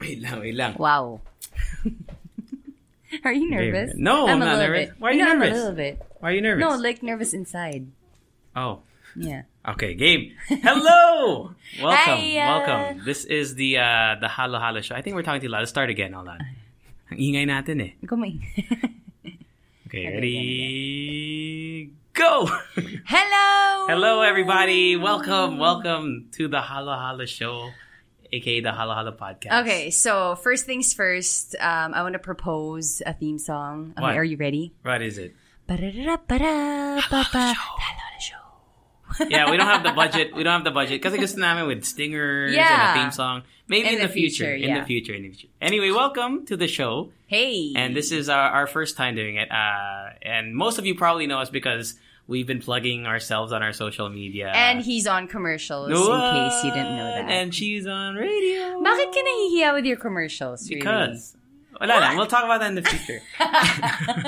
Wait lang, wait lang. Wow. Are you nervous? No, I'm a not little nervous. bit. Why are you No, I'm nervous? A little bit. Why are you nervous? No, like nervous inside. oh, Yeah. okay, Gabe. Hello, welcome, Hiya. welcome. This is the uh, the Halo Halo show. I think we're talking too loud. Let's start again. Hold on. Ang ingay natin eh. Kumain. Okay, ready? Go! Hello. Hello, everybody. Welcome, welcome to the Halo Halo show, aka the Halo Halo podcast. Okay, so first things first, um, I want to propose a theme song. Okay, What? are you ready? what is it? Ba-da-da-da-ba-da, ba-ba. Yeah, we don't have the budget. We don't have the budget because I guess now with stingers Yeah. and a theme song. Maybe in, the, future. In yeah. the future. In the future. Anyway, welcome to the show. Hey. And this is our, our first time doing it. Uh, and most of you probably know us because we've been plugging ourselves on our social media. and he's on commercials in case you didn't know that. uh, And she's on radio. Bakit ka nahihiya with your commercials? really? Because. Wala lang. We'll talk about that in the future. uh,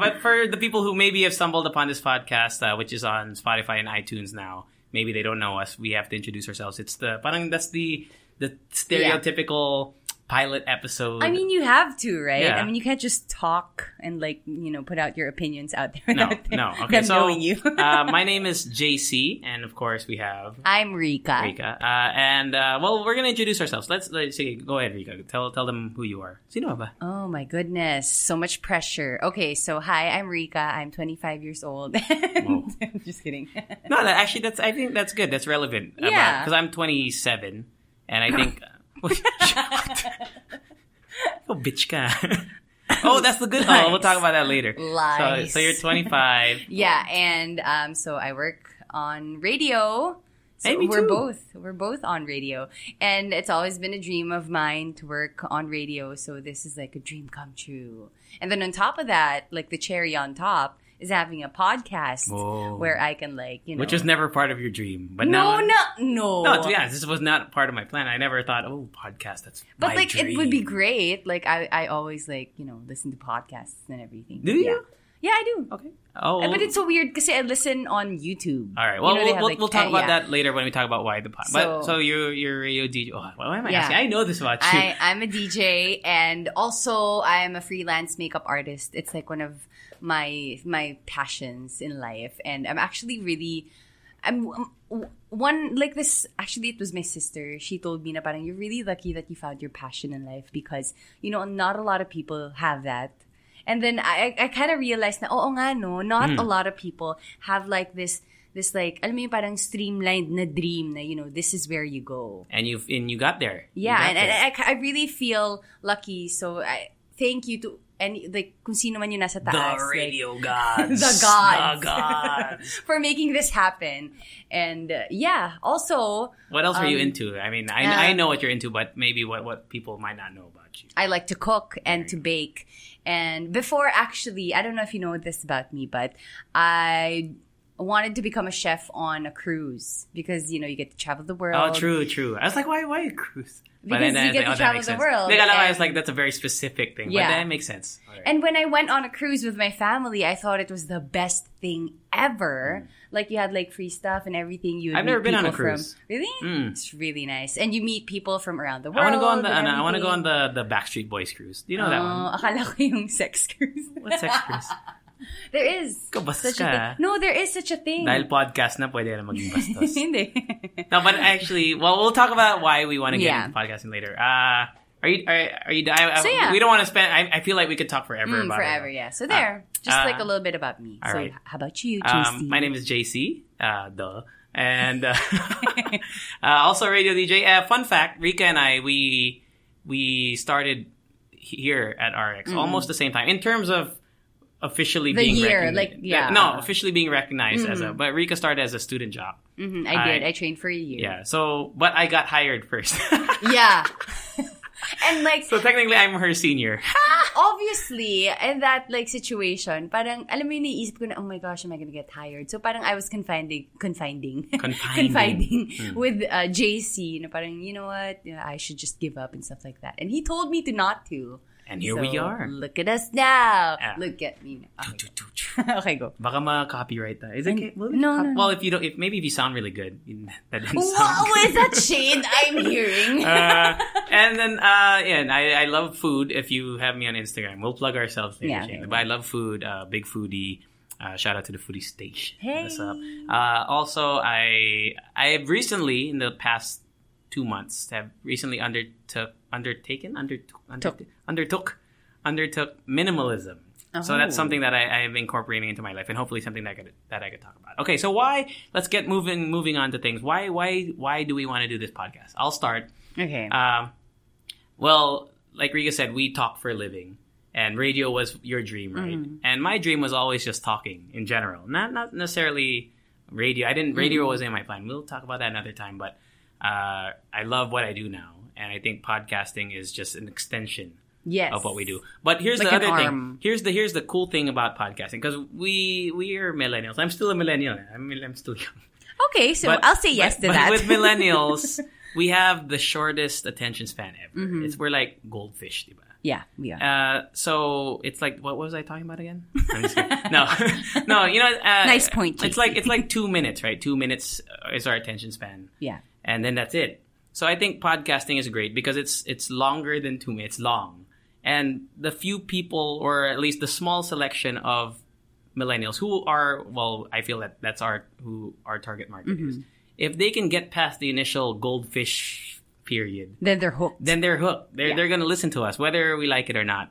but for the people who maybe have stumbled upon this podcast, uh, which is on Spotify and iTunes now, maybe they don't know us. We have to introduce ourselves. It's the parang that's the the stereotypical pilot episode. I mean, you have to, right? Yeah. I mean, you can't just talk and like you know put out your opinions out there. no, without no. them Okay, so knowing you. uh, my name is JC, and of course we have I'm Rika. Rika. Uh, and uh, well, we're gonna introduce ourselves. Let's let's see. Go ahead, Rika. Tell tell them who you are. Sino ba? Oh my goodness, so much pressure. Okay, so hi, I'm Rika. I'm 25 years old. I'm just kidding. No, that, actually, that's. I think that's good. That's relevant. Yeah. Because I'm 27, and I think. uh, oh, bitch, ka. oh, that's the good. Oh, we'll talk about that later. Lies. So, so you're 25. yeah, and um, so I work on radio. So Hey, me we're too. both we're both on radio, and it's always been a dream of mine to work on radio. So this is like a dream come true. And then on top of that, like the cherry on top is having a podcast Whoa. where I can like you know Which was never part of your dream, but no now. no no No, to be honest, this was not part of my plan. I never thought, oh, podcast. That's But my like it would be dream. great. Like I, I always like you know listen to podcasts and everything. Do you? Yeah, yeah I do. Okay. Oh, Uh, But it's so weird because I listen on YouTube. all right. You Well, know, we'll, they have, we'll, like, we'll talk uh, about yeah. that later when we talk about why the podcast. So- but so you're you're a radio DJ. Oh, why am I Yeah. asking? I know this about you. I, I'm a DJ and also I'm a freelance makeup artist. It's like one of my my passions in life, and I'm actually really. I'm um, one like this. Actually, it was my sister. She told me na parang you're really lucky that you found your passion in life because you know not a lot of people have that. And then I, I kind of realized na oo nga no, not a lot of people have like this this like alam mo yung parang streamlined na dream na you know this is where you go. and you and you got there. You Yeah, got and, there. and I, I really feel lucky. So I thank you to any like kung sino man yung nasa taas, the like, radio gods. The gods. The gods. for making this happen. And uh, yeah, also what else are you Um, into? I mean, I, uh, I know what you're into, but maybe what, what people might not know about you. I like to cook and to bake. And before actually, I don't know if you know this about me, but I wanted to become a chef on a cruise because you know you get to travel the world. Oh, true, true. I was like, why, why a cruise? Because you get oh, that to travel makes the sense. world, Like, I know, I was and- like, that's a very specific thing. Yeah. But that makes sense. All right. And when I went on a cruise with my family, I thought it was the best thing ever. Like you had like free stuff and everything. You Mm. I've would meet never been on a people from- cruise. Mm. really? It's really nice, and you meet people from around Oh, the I world. want to go on the and I want to go on everything. the the Backstreet Boys cruise. Do you know that Oh, one? akala ko yung sex cruise. What sex cruise? there is Go bastos such ka, a thing. ah. No, there is such a thing. Dahil podcast na pwede na maging bastos. Hindi. No, but actually, well, we'll talk about why we want to get Yeah. into podcasting later. Uh, are you? Are, are you? I, I- So, yeah. We don't want to spend. I, I feel like we could talk forever Mm, about forever, it. Ah. yeah. So there, just like a little bit about me. So alright. how about you, JC? Um, my name is JC. Uh, duh. And uh, uh, also a radio DJ. Uh, fun fact: Rika and I we we started here at RX almost the same time in terms of officially Mm-hmm. being The year, recogni- like, the- yeah. Mm-hmm. no, officially being recognized as a. But Rika started as a student job. Mm, I did. I- I trained for a year. Yeah. So, but I got hired first. Yeah. and like so technically, I'm her senior. obviously in that like situation, parang alam mo yun, naisip ko na oh my gosh, am I gonna get hired? So parang I was confiding confiding Confiding. Hmm. confiding with uh, JC na parang you know what, Yeah, I should just give up and stuff like that. And he told me to not to. And here So, we are. Look at us now. Ah. Look at me. now. Okay, okay go. Baka ma-copyright tayo. Is it okay? Will it No, cop- no, no. Well, if you don't, if maybe if you sound really good, you- that didn't sound What good. is that shade I'm hearing? Uh, and then, uh, yeah, and I, I love food. If you have me on Instagram, we'll plug ourselves later. Yeah, Shane. okay. But I love food. Uh, big foodie. Uh, shout out to the foodie station. Hey. What's up? Uh, also, I I have recently in the past two months have recently undertook undertaken undertook undertook undertook, undertook minimalism. So Oh. that's something that I, I am incorporating into my life, and hopefully something that I could that I could talk about. Okay, so why? Let's get moving moving on to things. Why why why do we want to do this podcast? I'll start. okay. Um, well, like Riga said, we talk for a living, and radio was your dream, right? Mm-hmm. And my dream was always just talking in general, not not necessarily radio. I didn't radio Mm-hmm. wasn't in my plan. We'll talk about that another time. But uh, I love what I do now, and I think podcasting is just an extension yes. of what we do. But here's the Like an other thing. arm. Here's the here's the cool thing about podcasting because we we are millennials. I'm still a millennial. I'm I'm still young. Okay, so But- I'll say yes but- to but that. With millennials, we have the shortest attention span ever. Mm-hmm. It's we're like goldfish, diba? yeah, we are. Uh, so it's like, what was I talking about again? I'm just kidding. no, no, you know, uh, Nice point, It's JC. like it's like two minutes, right? Two minutes uh, is our attention span, yeah. and then that's it. So I think podcasting is great because it's it's longer than two minutes long, and the few people, or at least the small selection of millennials who are well, I feel that that's our who our target market is. If they can get past the initial goldfish period, Then they're hooked. then they're hooked. They're they're going to listen to us whether we like it or not.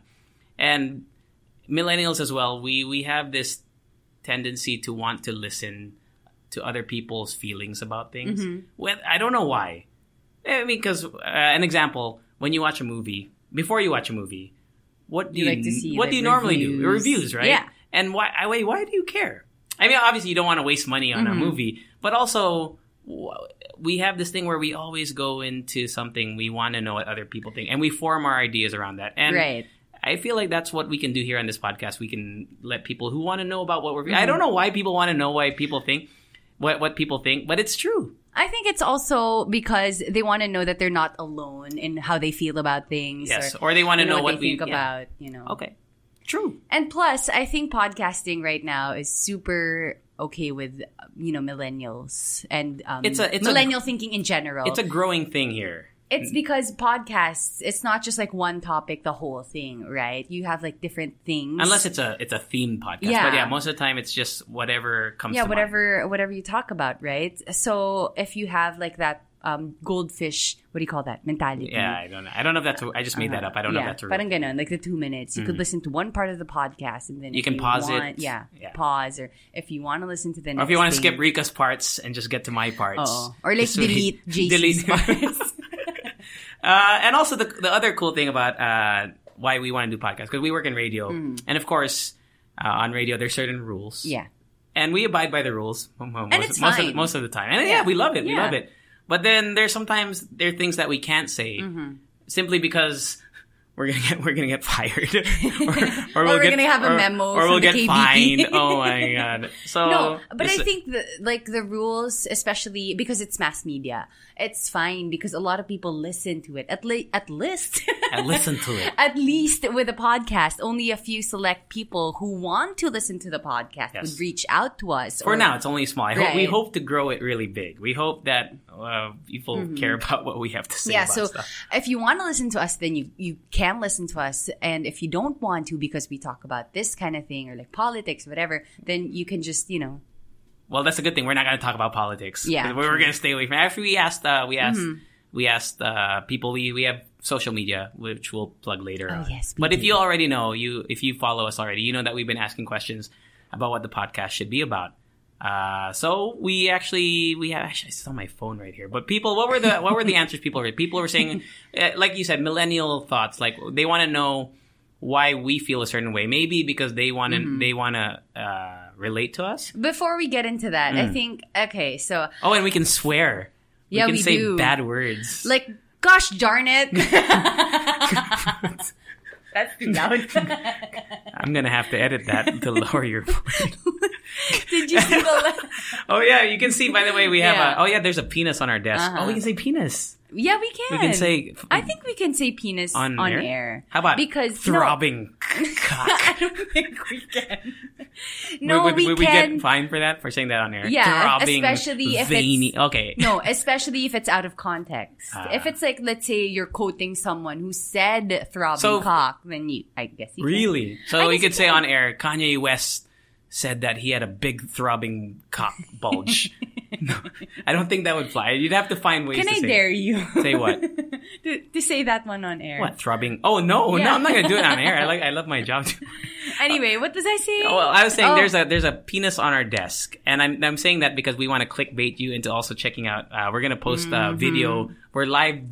And millennials as well, we we have this tendency to want to listen to other people's feelings about things. Mm-hmm. With I don't know why. I mean, because uh, an example, when you watch a movie, before you watch a movie, what do you, You like to see, what like, do you normally do? reviews. Reviews, right? Yeah. And why? I wait. Why do you care? I mean, obviously, you don't want to waste money on Mm-hmm. a movie, but also w- we have this thing where we always go into something we want to know what other people think, and we form our ideas around that. And Right. I feel like that's what we can do here on this podcast. We can let people who want to know about what we're. Mm-hmm. I don't know why people want to know why people think what what people think, but it's true. I think it's also because they want to know that they're not alone in how they feel about things. Yes, or they wanna you know what they we- think yeah. about. You know. Okay, true. And plus, I think podcasting right now is super okay with uh, you know millennials and um, It's a- it's a- millennial thinking in general. It's a growing thing here. It's because podcasts. It's not just like one topic, the whole thing, right? You have like different things. Unless it's a it's a themed podcast, but Yeah. yeah, most of the time it's just whatever comes. yeah to mind. whatever whatever you talk about right so if you have like that um goldfish what do you call that mentality Yeah, I don't know. I don't know if that's. A, I just made that up. I don't know if Mm-hmm. Uh-huh. yeah, that's a Mm-hmm. parang ganun, like the two minutes. You could listen to one part of the podcast and then You if can pause it. want- Yeah, Yeah. pause or if you want to listen to the next. Or if you want to thing. skip Rika's parts and just get to my parts, Oo. or like Just so we- delete JC's parts. uh, and also the the other cool thing about uh, why we want to do podcasts because we work in radio, and of course uh, on radio there's certain rules. Mm. yeah, and we abide by the rules mo- mo- most, it's most of the, fine. most of the time. And yeah, we love it. We Yeah. love it. But then there's sometimes there are things that we can't say Mm-hmm. simply because we're gonna get we're gonna get fired, or, we're gonna have a memo or, from we'll the get KBP. fined. Oh my god! So no, but I it's- think the, like the rules, especially because it's mass media, it's fine because a lot of people listen to it. At le- at least I listen to it. at least with a podcast, only a few select people who want to listen to the podcast Yes. would reach out to us. For or- now, it's only small. I hope, we Right. hope to grow it really big. We hope that uh, people care about what we have to say. Mm-hmm. yeah. about So stuff. if you want to listen to us, then you you can listen to us, and if you don't want to because we talk about this kind of thing or like politics, whatever, then you can just you know Well, that's a good thing. We're not going to talk about politics. Yeah. Mm-hmm. we're, we're going to stay away from. After we asked, uh, we asked, we asked uh, people. We we have social media, which we'll plug later. Oh, on. yes, we but if do. you already know, you if you follow us already, you know that we've been asking questions about what the podcast should be about. Uh, so we actually we have actually I saw my phone right here. But people, what were the what were the answers people were people were saying? uh, like you said, millennial thoughts. Like they want to know why we feel a certain way. Maybe because they want to Mm-hmm. they want to uh, relate to us. Before we get into that, I think okay, so Oh, and we can swear. Yeah, Mm. we can we say do. bad words. like gosh darn it. That's too loud. I'm gonna have to edit that to lower your voice. Did you see the Oh yeah, you can see. By the way, we have Yeah. Uh-huh. a. Oh yeah, there's a penis on our desk. Oh, we can say penis. Yeah, we can. We can say. I think we can say penis on, on, air? air? How about because no, throbbing cock? I don't think we can. No, would, we would can. we get fined for that for saying that on air? Yeah, throbbing, especially if it's- veiny. okay. no, especially if it's out of context. Ah. if it's like, let's say you're quoting someone who said throbbing So- cock, then you, I guess you can. Really? So I we guess could you say can. on air, Kanye West said that he had a big throbbing cock bulge. No, I don't think that would fly. You'd have to find ways Can to I say, dare you? say what? to, to say that one on air. What throbbing? Oh no, no, Yeah. I'm not gonna do it on air. I like, I love my job. Too. Anyway, what does I say? Well, I was saying Oh. there's a there's a penis on our desk, and I'm I'm saying that because we want to clickbait you into also checking out. Uh, we're gonna post a video. We're live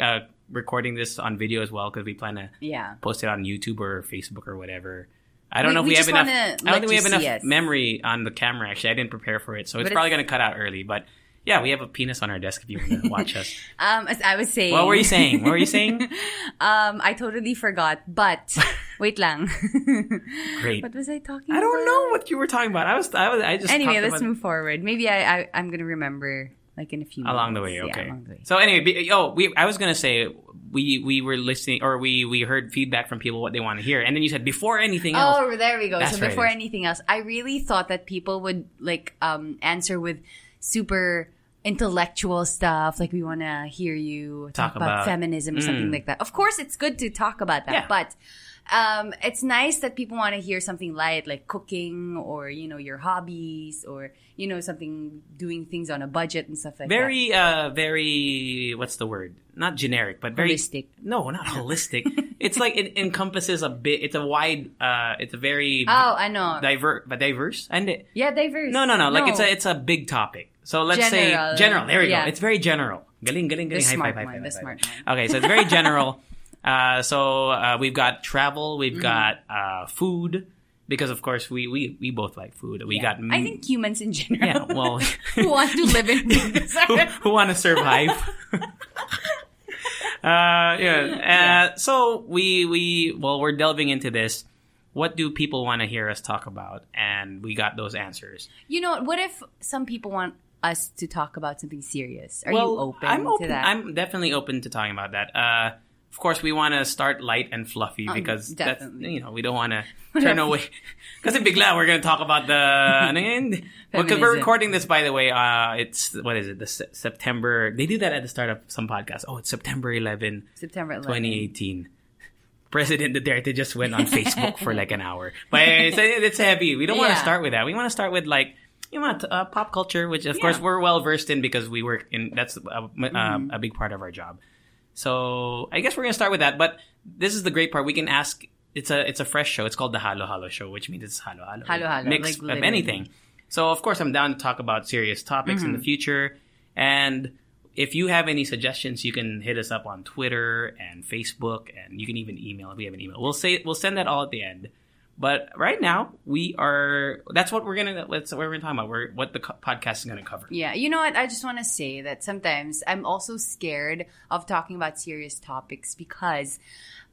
uh, recording this on video as well because we plan to Yeah. post it on YouTube or Facebook or whatever. I don't We- know if we, we have just enough. wanna I don't let think we you have enough see us. memory on the camera. Actually, I didn't prepare for it, so it's But probably gonna it's- cut out early. But yeah, we have a penis on our desk if you want to watch us. Um, as I was saying. What were you saying? What were you saying? Um, I totally forgot. But wait, lang. Great. what was I talking? I don't about? know what you were talking about. I was. I was. I just. Anyway, talked let's about- move forward. Maybe I, I I'm gonna remember like in a few along the minutes. way. Yeah, Okay. along the way. So anyway, be, oh, we I was gonna say we we were listening or we we heard feedback from people what they want to hear, and then you said before anything else. Oh, there we go. That's so right, before yes. anything else, I really thought that people would like um answer with super intellectual stuff like we want to hear you talk, Talk about, about- Mm. feminism or something like that. Of course it's good to talk about that, Yeah. but um it's nice that people want to hear something light like cooking or you know your hobbies or you know something doing things on a budget and stuff like that. Very, uh, very. What's the word? Not generic, but very Holistic. No, not holistic. it's like it encompasses a bit. It's a wide. Uh, it's a very Oh, I know. diverse, but diverse. And it, yeah, diverse. no, no, no. Like it's a it's a big topic. So let's General. say general. There we Yeah. go. It's very general. Galing, galing, galing. The high five, smart high one, five, the high five. smart Okay, so it's very general. Uh, so uh, we've got travel. Mm-hmm. We've got uh, food because, of course, we we, we both like food. We got. I think humans in general Yeah. Well, who want to live in who, who want to survive? uh, yeah. Uh, so we we well we're delving into this. What do people want to hear us talk about? And we got those answers. You know, what? what if some people want us to talk about something serious? Are you open, I'm open. to that? I'm definitely open to talking about that. Uh, of course, we want to start light and fluffy because that's Um, definitely. you know we don't want to turn away. Because in Big Loud, we're going to talk about the and because we're Feminism. recording this. By the way, uh, it's what is it? The se- September. They do that at the start of some podcasts. Oh, it's September 11, September 11th. 2018. President Duterte just went on Facebook for like an hour, but it's, it's heavy. We don't want to Yeah. start with that. We want to start with like you want uh, pop culture, which of course we're well versed in because we work in. That's a, a, a big part of our job. So I guess we're gonna start with that. But this is the great part. We can ask. It's a it's a fresh show. It's called the Halo Halo Show, which means it's Halo Halo, Halo Halo, mix like of literally. anything. So of course I'm down to talk about serious topics in Mm-hmm. the future. And if you have any suggestions, you can hit us up on Twitter and Facebook, and you can even email if we have an email. We'll say we'll send that all at the end. But right now we are. That's what we're gonna. That's what we're gonna talk about. We're, what the co- podcast is gonna cover. Yeah, you know what? I just want to say that sometimes I'm also scared of talking about serious topics because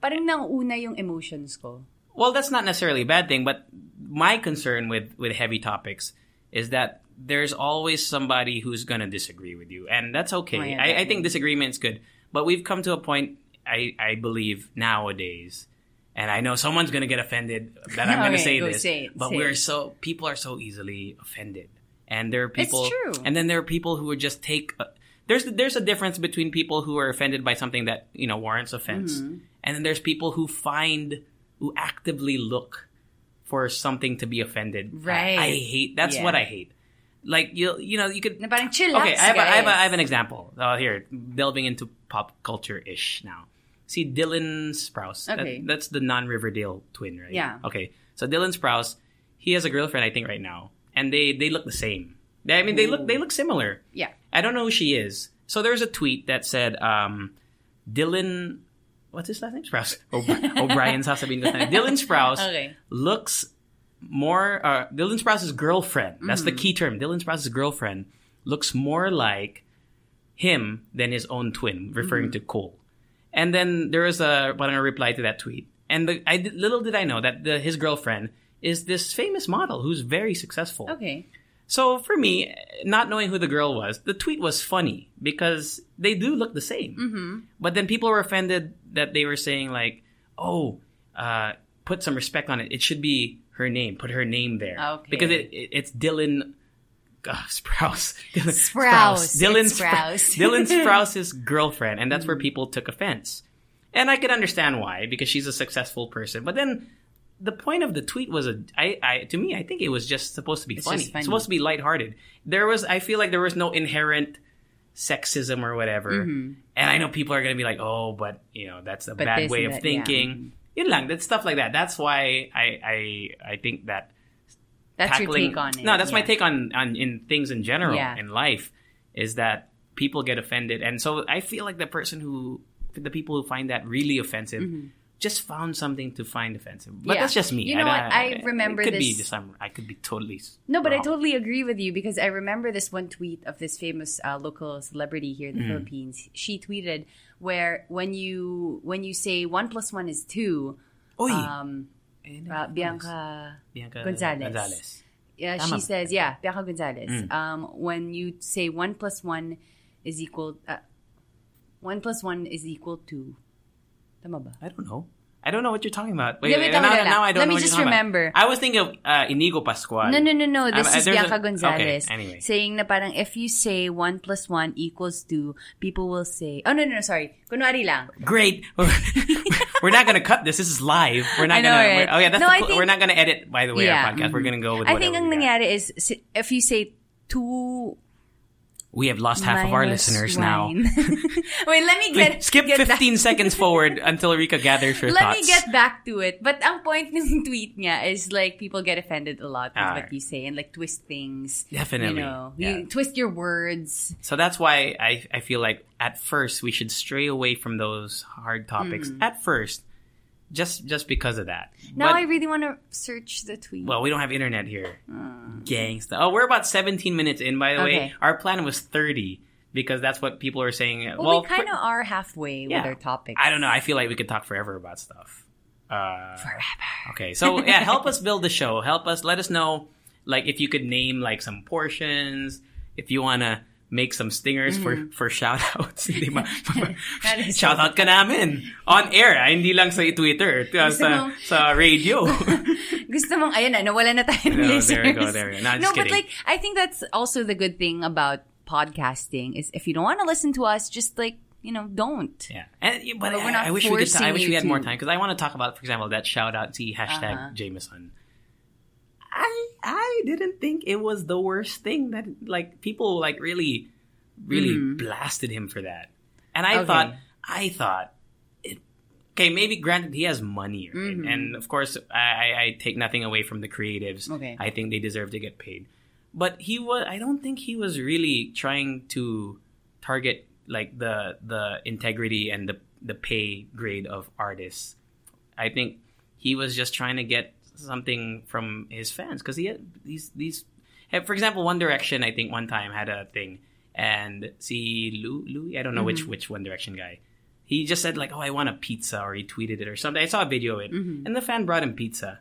parang nauna yung emotions ko. Well, that's not necessarily a bad thing, but my concern with with heavy topics is that there's always somebody who's going to disagree with you, and that's okay. Oh, yeah, I, I definitely. think disagreement's good, but we've come to a point. I I believe nowadays. And I know someone's going to get offended that I'm going to Okay, say Oh, go this, say it, but say we're it. so people are so easily offended, and there are people, true. and then there are people who would just take. A, there's there's a difference between people who are offended by something that you know warrants offense, Mm-hmm. and then there's people who find who actively look for something to be offended. at. Right. I hate. That's Yeah. what I hate. Like you you know you could Na parang chill okay, out, I have, a, I, have a, I guys. have an example uh, here, delving into pop culture ish now. See, Dylan Sprouse. that- Okay. that's the non Riverdale twin, right? Yeah. Okay. So Dylan Sprouse, he has a girlfriend, I think, right now, and they they look the same. They, I mean, they look they look similar. Yeah. I don't know who she is. So there's a tweet that said, um, Dylan. what's his last name? Sprouse. O'Brien. O'Brien's sasabihin ko tayo. Dylan Sprouse Okay. looks more. Uh, Dylan Sprouse's girlfriend. That's Mm-hmm. the key term. Dylan Sprouse's girlfriend looks more like him than his own twin, Mm-hmm. referring to Cole. And then there was a parang a reply to that tweet. And the, I did- little did I know that the, his girlfriend is this famous model who's very successful. Okay. So for me, not knowing who the girl was, the tweet was funny because they do look the same. Mm-hmm. But then people were offended that they were saying like, "Oh, uh, put some respect on it. It should be her name. Put her name there Ah, Okay. because it, it it's Dylan." Uh, Sprouse. Dylan Sprouse. Dylan It's Sprouse. Sprouse. Mm-hmm. Dylan Sprouse's girlfriend, and that's where people took offense. And I could understand why, because she's a successful person. But then the point of the tweet was a I, I to me I think it was just supposed to be funny. just funny. Supposed to be lighthearted. There was I feel like there was no inherent sexism or whatever. And I know people are going to be like, "Oh, but you know, that's a bad Mm-hmm. this way and of that, yeah. Mm-hmm. thinking." Yun lang, that's stuff like that. That's why I I I think that That's tackling your take on it. No, that's my Yeah. take on on in things in general Yeah. in life is that people get offended and so I feel like the person who the people who find that really offensive just found something to find offensive. But Mm-hmm. Yeah. that's just me. You know don't- what? I remember it could be this- just I'm, I could be totally s- No, but I wrong. totally agree with you because I remember this one tweet of this famous uh, local celebrity here in the Philippines. She tweeted where when you when you say one plus one is two, Oy, um, uh, Bianca, Bianca Gonzalez. Gonzalez. yeah, she says, yeah, Bianca Gonzalez. Mm. Um, when you say one plus one is equal, uh, one plus one is equal to, tama ba? I don't know. I don't know what you're talking about. Wait, Let me wait, tell now, me that. now I don't Let know me what just you're talking remember. About. I was thinking of uh, Inigo Pascual. No, no, no, I'm- no. This uh, there's is a- Bianca Gonzalez Okay, anyway. saying na parang if you say one plus one equals two, people will say, oh, no, no, no, sorry. Kunwari lang. Great. we're not gonna cut this. This is live. We're not I know, gonna. right? we're- oh yeah, that's No, the, I cl- think- we're not gonna edit. By the way, Yeah. our podcast. We're gonna go with. I think whatever ang we, got. nangyari is si- if you say two we have lost half of our minus listeners one. now. Wait, let me get Skip get back- 15 seconds forward until Rika gathers her Let thoughts. me get back to it. But ang point ng tweet niya is like people get offended a lot with Ah. what you say and like twist things. Definitely. You know, Yeah. you twist your words. So that's why I, I feel like at first we should stray away from those hard topics at first, just just because of that. Mm. Now But- I really want to search the tweet. Well, we don't have internet here. Gangsta. Oh, we're about 17 minutes in, by the way. Mm. Okay. Our plan was 30 because that's what people are saying. well well, we kind of are halfway Yeah. with our topic. I don't know. I feel like we could talk forever about stuff. Uh, forever. Okay, so yeah, help us build the show. Help us. Let us know, like, if you could name like some portions. If you wanna make some stingers for for shout outs. Di ba? shout out ka namin on air. ah, Hindi lang sa Twitter, ah, sa, mong- sa radio. Gusto mong, ayun na, nawala na tayo ng No, listeners. there we go, there we go. No, I'm no just but kidding. like, I think that's also the good thing about podcasting is if you don't want to listen to us, just like, you know, don't. Yeah, and, but, But we're I- not I wish we could. ta- I forcing wish you we had more to. Uh-huh. time because I want to talk about, for example, that shout out to hashtag Jameson. I I didn't think it was the worst thing that like people like really really Mm. blasted him for that, and I Okay. thought I thought it. Okay, maybe granted he has money, right? Mm-hmm. and of course I, I, I take nothing away from the creatives. Okay. I think they deserve to get paid, but he was. I don't think he was really trying to target like the the integrity and the the pay grade of artists. I think he was just trying to get something from his fans because he had these these. eh, For example, One Direction, I think one time had a thing, and see Lou Louis, I don't know which which One Direction guy. He just said like, "Oh, I want a pizza," or he tweeted it or something. I saw a video of it, and the fan brought him pizza.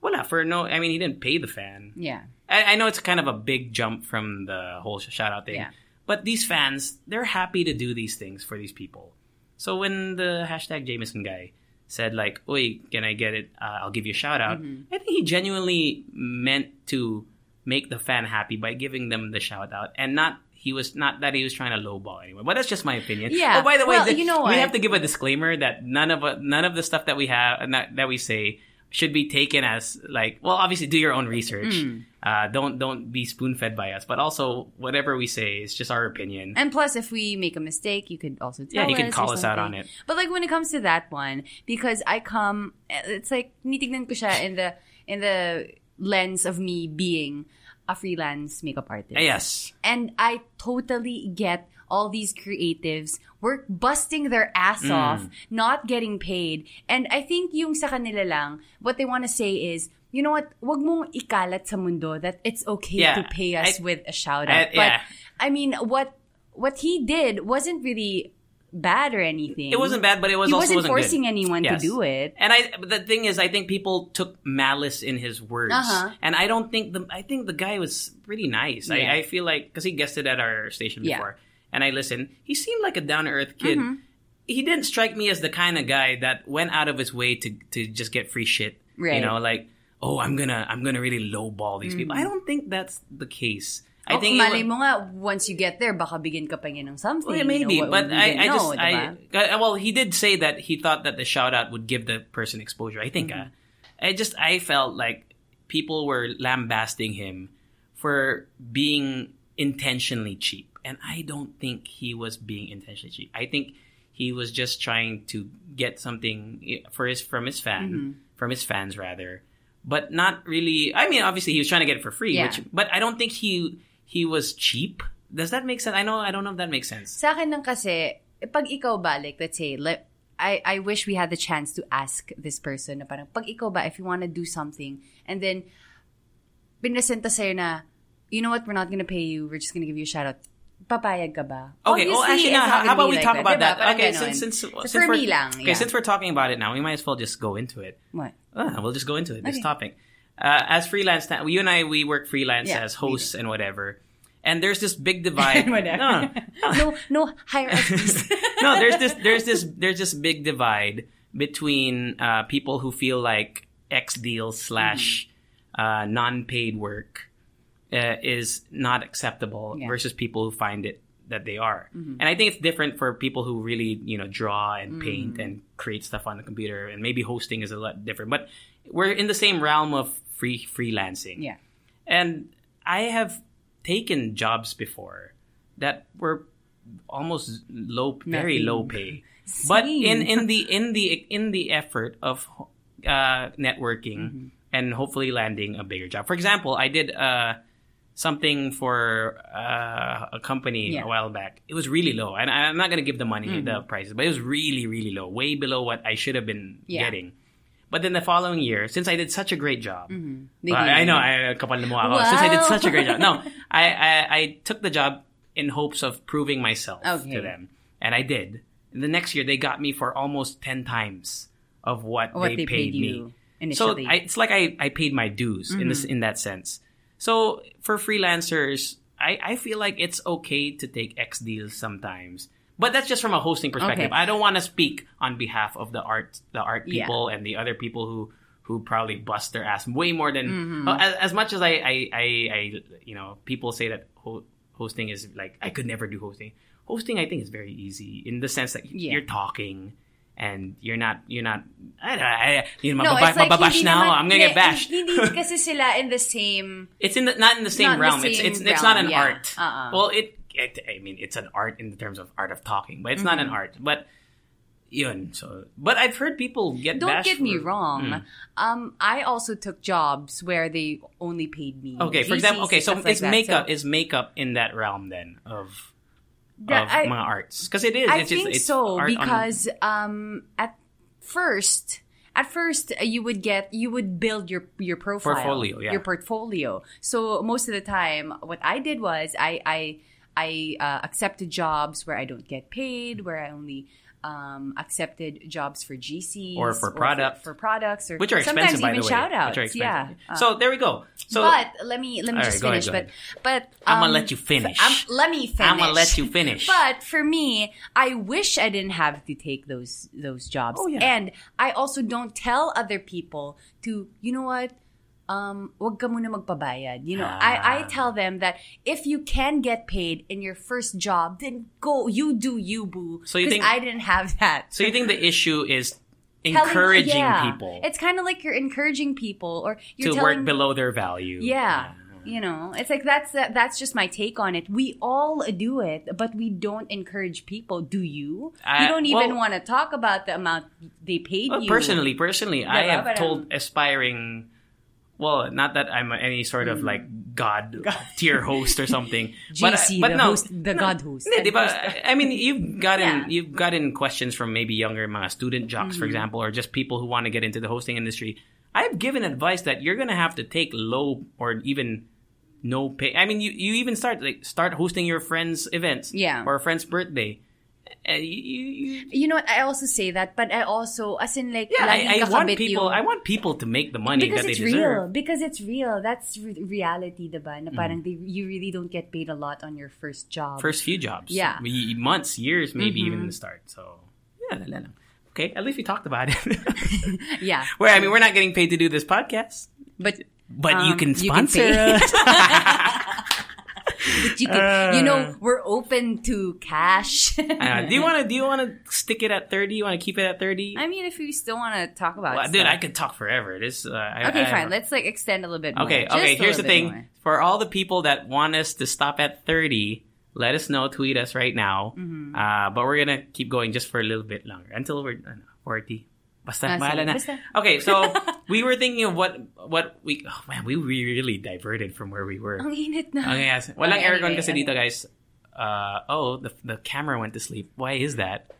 Well, not for no. I mean, he didn't pay the fan. Yeah. I, I know it's kind of a big jump from the whole sh- shout out thing, Yeah. but these fans, they're happy to do these things for these people. So when the hashtag Jameson guy said like, "Oi, can I get it? Uh, I'll give you a shout out," Mm-hmm. I think he genuinely meant to make the fan happy by giving them the shout out, and not he was not that he was trying to lowball anyone. But that's just my opinion. Yeah. Oh, by the way, Well, the- you know we what? have to give a disclaimer that none of none of the stuff that we have not, that we say should be taken as like well obviously do your own research Hmm. uh, don't don't be spoon fed by us but also whatever we say is just our opinion And plus, if we make a mistake, you could also tell Yeah, you us can or call us out on something. it. But like when it comes to that one, because I come, it's like nitignan ko siya in the in the lens of me being a freelance makeup artist. yes and I totally get all these creatives work busting their ass Mm. off, not getting paid. And I think yung sa kanila lang, what they want to say is, you know what, wag mong ikalat sa mundo that it's okay Yeah. to pay us I- with a shout I- out. but yeah. I mean, what what he did wasn't really bad or anything. It wasn't bad, but it was he also wasn't wasn't forcing good. anyone Yes. to do it. And I, but the thing is, I think people took malice in his words, Uh-huh. and I don't think the. I think the guy was pretty nice. Yeah. I, I feel like because he guested at our station Yeah. before, Mm-hmm. and I listened. He seemed like a down to earth kid. He didn't strike me as the kind of guy that went out of his way to to just get free shit. You Right. know, Mm-hmm. like oh, I'm gonna I'm gonna really lowball these people. I don't think that's the case. I I think think it Oh, malay wa- mo nga, once you get there, baka bigyan ka pa niya ng something. well, yeah, you maybe, know, but what we I, didn't I just, know, diba? I, I- well, he did say that he thought that the shout out would give the person exposure. I think, Mm-hmm. uh, I just, I felt like people were lambasting him for being intentionally cheap, and I don't think he was being intentionally cheap. I think he was just trying to get something eh, for his from his fan, Mm-hmm. from his fans rather, but not really. I mean, obviously, he was trying to get it for free, Yeah. which, but I don't think he he was cheap. Does that make sense? I know I don't know if that makes sense. Sa akin lang kasi, pag ikaw ba, like, let's say, let, I, I wish we had the chance to ask this person na parang, pag ikaw ba, if you want to do something, and then, pinresenta sa'yo na, you know what, we're not gonna pay you, we're just gonna give you a shout out. Papayag ka ba? Okay, well, actually, Obviously, it's now, not how, gonna about be we like talk about diba? that? Parang Okay, ganun. since, since, So since for we're, me lang, okay, yeah. since we're talking about it now, we might as well just go into it. What? Ah, we'll just go into it. This Okay. topic. Uh, as freelance, ta- you and I, we work freelance Yeah, as we do. hosts and whatever. And there's this big divide. Whatever. No, No, no, hire us. please. no, there's this, there's this, there's this big divide between uh, people who feel like X deals slash Mm-hmm. uh, non-paid work uh, is not acceptable Yeah. Mm-hmm. versus people who find it that they are. And I think it's different for people who really, you know, draw and paint Mm. and create stuff on the computer and maybe hosting is a lot different. But we're in the same realm of free freelancing. yeah. And I have taken jobs before that were almost low, very Nothing. low pay. But in, in the in the in the effort of uh, networking Mm-hmm. and hopefully landing a bigger job. For example, I did uh, something for uh, a company Yeah. Mm-hmm. a while back. It was really low, and I- I'm not going to give the money the prices, but it was really really low, way below what I should have been Yeah. getting. But then the following year, since I did such a great job, They I, I gave know, me- I, kapal mo ako. Since I did Wow. such a great job. No, I, I, I took the job in hopes of proving myself Okay. to them. And I did. And the next year, they got me for almost 10 times of what, What they, they paid, paid you me. So initially. Mm-hmm. I, it's like I, I paid my dues in this in that sense. So for freelancers, I, I feel like it's okay to take X deals sometimes. But that's just from a hosting perspective. Okay. I don't want to speak on behalf of the art the art Yeah. people and the other people who who probably bust their ass way more than Mm-hmm. uh, as, as much as I, I I I you know people say that ho- hosting is like I could never do hosting. Hosting I think is very easy in the sense that Yeah. you're talking and you're not you're not I don't I, you know No, mababa- it's like, mababash hindi na ako. naman- I'm gonna get hindi- bashed. Hindi kasi sila in the same It's in the, not in the same Not in the realm. same it's it's it's realm, not an yeah. art. Uh-uh. Well, it, it I mean it's an art in terms of art of talking, but it's not an Mm-hmm. art. But yun. So, but I've heard people get Don't bashed get me for- wrong. Mm. Um, I also took jobs where they only paid me. Okay, for GCs, example, okay, so stuff like is that. makeup So is makeup in that realm then of that- of I, mga arts because it is. I it's just, think it's so art on- because um, at first, at first uh, you would get you would build your your profile, Portfolio, yeah. your portfolio. So most of the time, what I did was I I I uh, accepted jobs where I don't get paid, where I only. Um, accepted jobs for GCs Or for product. for, products or which are sometimes expensive by even the way, shout outs which are expensive. yeah Uh, so there we go. So but let me let me All right, just go finish. ahead, but but I'ma um, let you finish. I'm, let me finish. I'ma let you finish. but for me, I wish I didn't have to take those those jobs. Oh, yeah. And I also don't tell other people to you know what. Um, wag ka muna magpabayad. You know, Ah. I, I tell them that if you can get paid in your first job, then go, you do you, boo. So you 'Cause think- I didn't have that so you think the issue is telling- encouraging yeah. people It's kind of like you're encouraging people, or to you're telling, work below their value. Yeah. You know, it's like that's that, that's just my take on it. We all do it, but we don't encourage people. Do you? I- you don't even well- want to talk about the amount they paid Well, you. personally, personally, I Diba? have Parang- told aspiring. well, not that I'm any sort of like god tier host or something. GC, but, uh, but the no, host- the no, god host. Hindi, di ba? I mean, you've gotten Yeah. Mm-hmm. you've gotten questions from maybe younger mga student jocks, for example, or just people who want to get into the hosting industry. I've given advice that you're gonna have to take low or even no pay. I mean, you, you even start like start hosting your friends' events, Yeah. or a friend's birthday. Uh, you, you, you- You know what? I also say that, but I also, as in like, yeah, laging I, I want kakabit people. yung- I want people to make the money because that it's they real. deserve. Mm. Because it's real. That's re- reality, diba? Na parang they, you really don't get paid a lot on your first job. first few jobs. Yeah. Mm-hmm. Y- months, years, maybe even the start. So, yeah, la- la- la. okay. At least we talked about it. yeah, Where I mean, we're not getting paid to do this podcast, but but you Um, can you can sponsor pay. us. but you can, you know, we're open to cash. Uh, do you want to? Do you want to stick it at thirty? You want to keep it at thirty? I mean, if we still want to talk about, Well, it, dude, so- I could talk forever. This. Uh, I, Okay, I- fine. Let's like extend a little bit. More. Okay. Just okay. a Here's the little bit thing. more. For all the people that want us to stop at thirty, let us know. Tweet us right now. Mm-hmm. Uh, but we're gonna keep going just for a little bit longer until we're ano, forty. Basta, Ah, sige. bahala na. Basta. Okay. So we were thinking of what what we. Oh man, we really diverted from where we were. Ang init na. Okay, yes. Walang Oh, Okay, aircon anyway, kasi okay. dito, guys. Uh, oh, the, the camera went to sleep. Why is that?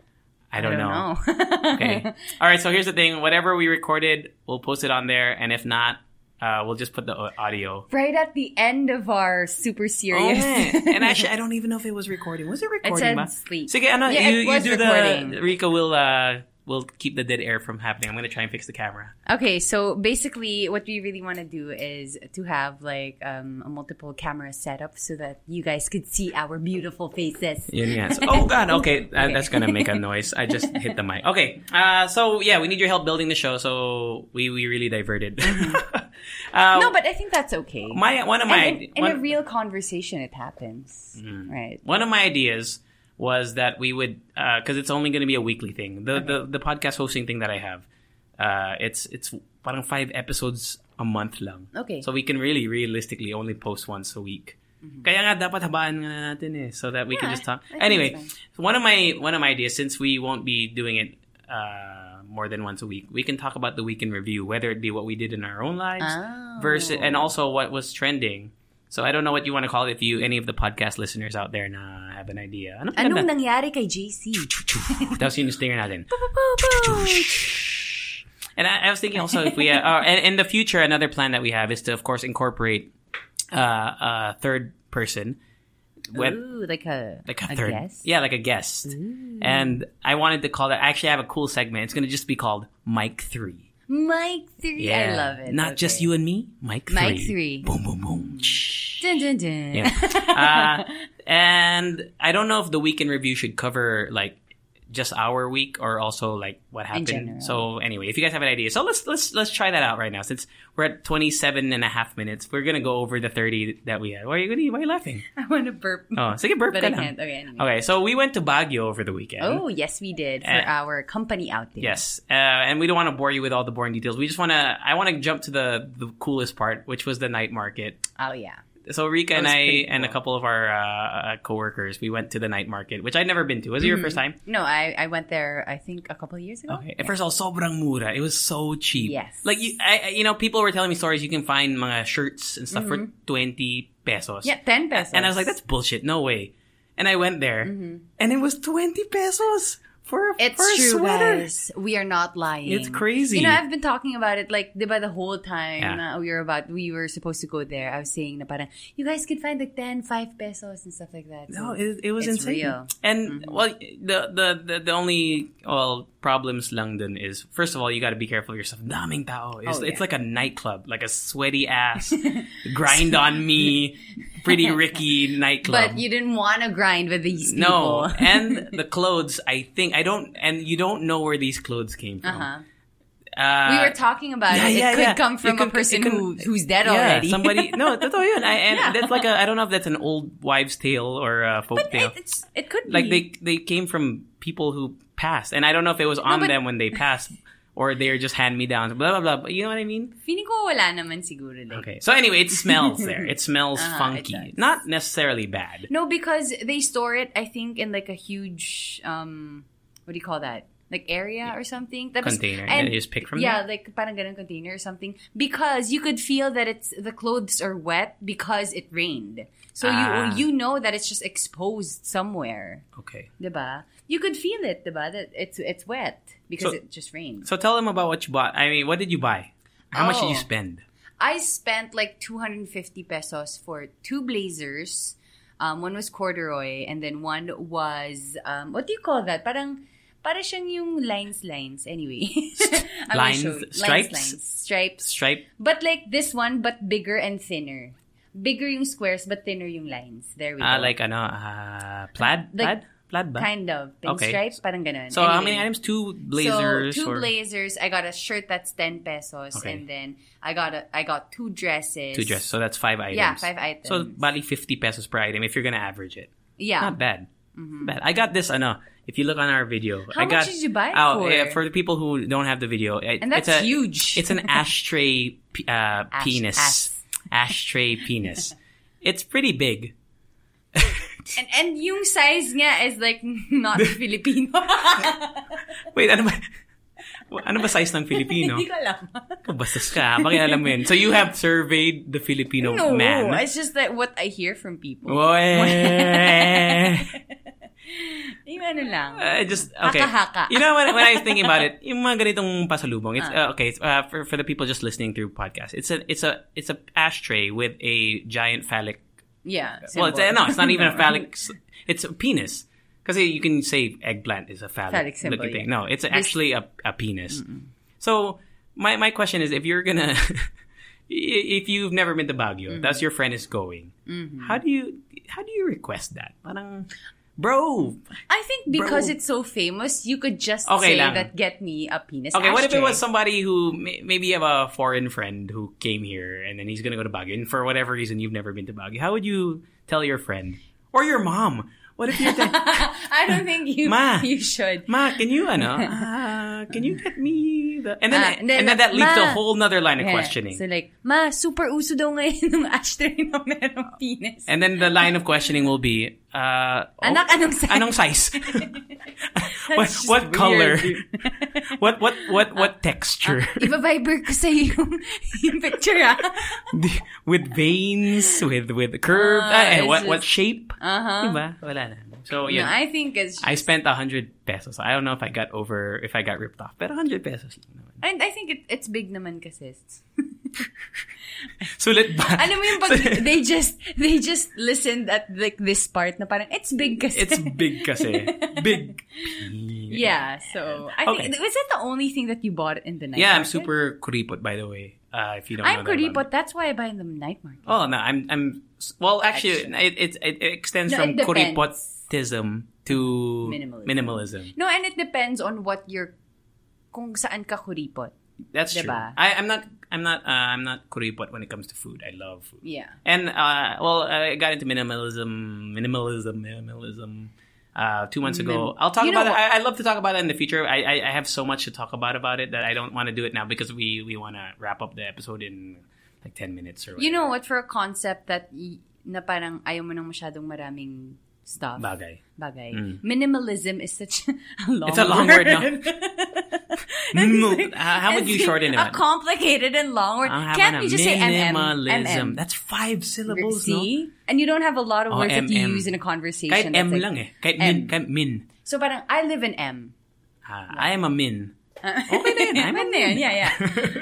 I I don't, don't know. know. okay. All right, so here's the thing. Whatever we recorded, we'll post it on there. And if not, uh, we'll just put the au- audio. Right at the end of our Oh, super serious. man. and actually, I don't even know if it was recording. Was it recording? said ba? sleep. Sige, ano, Yeah, you, it you was do the... recording. Rico will... Uh, We'll keep the dead air from happening. I'm gonna try and fix the camera. Okay, so basically, what we really want to do is to have like um, a multiple camera setup so that you guys could see our beautiful faces. Yun nga. So- oh god, okay, uh, that's gonna make a noise. I just hit the mic. Okay, uh, so yeah, we need your help building the show. So we we really diverted. no, but I think that's okay. My one of my Mm-hmm. and in, in one, a real conversation, it happens, Mm. right? one of my ideas was that we would because it's only going to be a weekly thing. The, the the podcast hosting thing that I have, uh, it's it's parang five episodes a month lang. Okay. so we can really realistically only post once a week. Kaya nga dapat habaan nga natin eh, so that we can Mm-hmm. Yeah, just talk. I think Anyway, it's one of my one of my ideas since we won't be doing it uh, more than once a week, we can talk about the week in review, whether it be what we did in our own lives versus and Oh. also what was trending. So I don't know what you want to call it if you any of the podcast listeners out there na have an idea. Ano Anong ganda? nangyari kay JC? Tapos yun yung stinger natin. And I, I was thinking also if we uh, uh, and in the future another plan that we have is to of course incorporate uh, a third person. With, Ooh, like a like a, a third, guest? yeah, like a guest. And I wanted to call that. Actually, I have a cool segment. It's going to just be called Mike Three. Mike three. Yeah, I love it. Not just you and me, Mike Three. Mike three. Boom, boom, boom. Shh. Dun, dun, dun. Yeah. uh, and I don't know if the weekend review should cover like just our week or also like what general. happened. So anyway, if you guys have an idea, so let's let's let's try that out right now. Since we're at 27 and a half minutes, we're gonna go over the 30 that we had. Why are you gonna? Why are you laughing? I want to burp, Oh, sige, burp but ka I lang. can't. Okay, anyway. Okay, so we went to Baguio over the weekend. Oh yes, we did for Eh. our company out there. Yes, uh, and we don't want to bore you with all the boring details. We just want to. I want to jump to the the coolest part, which was the night market. Oh yeah. So Rika and was I pretty cool. and a couple of our uh, uh, coworkers, we went to the night market, which I'd never been to. Was it Mm-hmm. your first time? No, I, I went there. I think a couple of years ago. Okay. And First of all, sobrang mura. It was so cheap. Yes. Like you, I, I- you know, people were telling me stories. You can find mga shirts and stuff for twenty pesos. Mm-hmm. Yeah, ten pesos. And I was like, that's bullshit. No way. And I went there, and it was twenty pesos for, Mm-hmm. It's for a true, sweater. guys. We are not lying. It's crazy. You know, I've been talking about it like by the whole time Yeah. na we were about we were supposed to go there. I was saying na parang you guys could find like 10, 5 pesos and stuff like that. No, So, it, it was it's insane. real. Mm-hmm. And well, the, the the the only well problems lang dun is first of all you got to be careful of yourself. Daming tao. It's, Oh, yeah. it's like a nightclub, like a sweaty ass grind on me, pretty Ricky nightclub. but you didn't want to grind with these no, people. and the clothes. I think I don't, and you don't know where these clothes came from. Uh-huh. Uh, we were talking about yeah, it. yeah, it could yeah. come It from could- a person it could- who, who's dead yeah, already. somebody. No, that's all yun. I, and Yeah. that's like a. I don't know if that's an old wives' tale or a folk It, tale. it's, it could like be. they they came from people who passed, and I don't know if it was on but- them when they passed or they're just hand me downs. Blah blah blah. But you know what I mean? Feeling ko wala naman siguro. Like, Okay. So anyway, it smells there. It smells funky, Uh-huh, does. not necessarily bad. No, because they store it, I think, in like a huge um what do you call that? like area or something. That Container, and you just pick from yeah, there? like parang ganun container or something. Because you could feel that it's the clothes are wet because it rained. So Ah. you you know that it's just exposed somewhere, Okay. diba? You could feel it, diba? That it's it's wet So- because it just rained. So tell them about what you bought. I mean, what did you buy? How much did you Oh. spend? I spent like 250 pesos for two blazers. Um, one was corduroy, and then one was um, what do you call that? Parang para siyang yung lines, lines. Anyway, I'm gonna Lines, show you. stripes? lines, lines, stripes. Stripe. But like this one, but bigger and thinner. Bigger yung squares, but thinner yung lines. There we Uh, go. like ano, uh, plaid, Like, plaid, plaid ba? kind of Okay. pinstripes, parang ganun. So how Anyway. many items? Two blazers. So two or- blazers. I got a shirt that's ten pesos, Okay. and then I got a I got two dresses. Two dresses. So that's five items. Yeah, five items. So bali 50 pesos per item if you're gonna average it. Yeah. Not bad. Bad. I got this. I know. If you look on our video, Mm-hmm. How I got. much did you buy it oh, for? yeah, for the people who don't have the video, it- And that's it's a, huge. It's an ashtray p- uh, penis. ass. Ashtray penis. It's pretty big. And and yung size nga is like not Filipino. Wait, ano ba? Ano ba size ng Filipino? Hindi ko alam. Bastos ka. Bakit alam mo yun? So you have surveyed the Filipino No, man. it's just that what I hear from people. Oy. Yung ano lang. I Uh, just okay. Haka-haka. Ah. You know when, when I was thinking about it, yung mga ganitong pasalubong. It's uh, okay it's, uh, for for the people just listening through podcast. It's a it's a it's a ashtray with a giant phallic. yeah. Well, it's, uh, no, symbol. it's not even a phallic. s- It's a penis. Because you can say eggplant is a phallic, Phallic symbol, looking thing. yeah. No, it's actually a, a penis. So my my question is, if you're gonna, i- if you've never been to Baguio, Mm-hmm. that's your friend is going. How do you how do you request that? Parang, bro, I think because Bro. it's so famous, you could just Okay say lang. that get me a penis Okay, what if it ashtray." was somebody who may, maybe you have a foreign friend who came here and then he's gonna go to Baguio and for whatever reason you've never been to Baguio? How would you tell your friend or your mom? What if you're te- I don't think you Ma. you should. ma? Can you ano? ah, can you get me the and then Ah, and then, and then, that leads to a "Ma." whole nother line of Yeah. questioning. So like, ma, super uso daw ngayon ng ashtray na merong penis. and then the line of questioning will be, uh, Anak, anong size? Anong size? what just what weird, color? dude. Uh, what what what what texture? Iba-viber ko sa'yo yung, yung picture, ah. with veins, with with curve, Ah, ah, eh, it's what just- what shape? Uh-huh. Diba? Wala na. So No, yeah, I, I think it's just, spent a hundred pesos. I don't know if I got over if I got ripped off, but a hundred pesos. lang naman. and I think it, it's big naman kasi. Sulit ba? Alam mo yung pag, they just, they just listened at like this part na parang, it's big kasi. it's big kasi. Big. yeah, so, I think, Okay. was that the only thing that you bought in the night Yeah, I'm market? super kuripot by the way. Uh, if you don't I'm know that about kuripot, that's why I buy in the night market. me. Oh no, I'm I'm well actually it it, it extends No, from it depends. kuripotism to Minimalism. minimalism. No, and it depends on what your, kung saan ka kuripot. That's true. Diba? I, I'm not. I'm not. Uh, I'm not kuripot when it comes to food. I love food. Yeah. And uh, well, I got into minimalism, minimalism, minimalism. Uh, two months ago, I'll talk You know about it. what? I, I love to talk about it in the future. I, I, I have so much to talk about about it that I don't want to do it now because we we want to wrap up the episode in like ten minutes or. Whatever. You know what, for a concept that, y- na parang ayaw mo nang masyadong maraming stuff. Bagay. Mm. bagay. Minimalism is such a long It's a long word, no? Mm, uh, how would you It's shorten it? A complicated and long word. I'll have Can't an- we just say MM? minimalism? MM. That's five syllables. no? See? And you don't have a lot of Oh, words that you MM. use in a conversation. Kahit that's M like- lang eh. Kahit M. min. Kahit min. So parang, I live in M. Ah, I am a min. Okay na yun. I'm a Pwede min. yun, Yeah, yeah.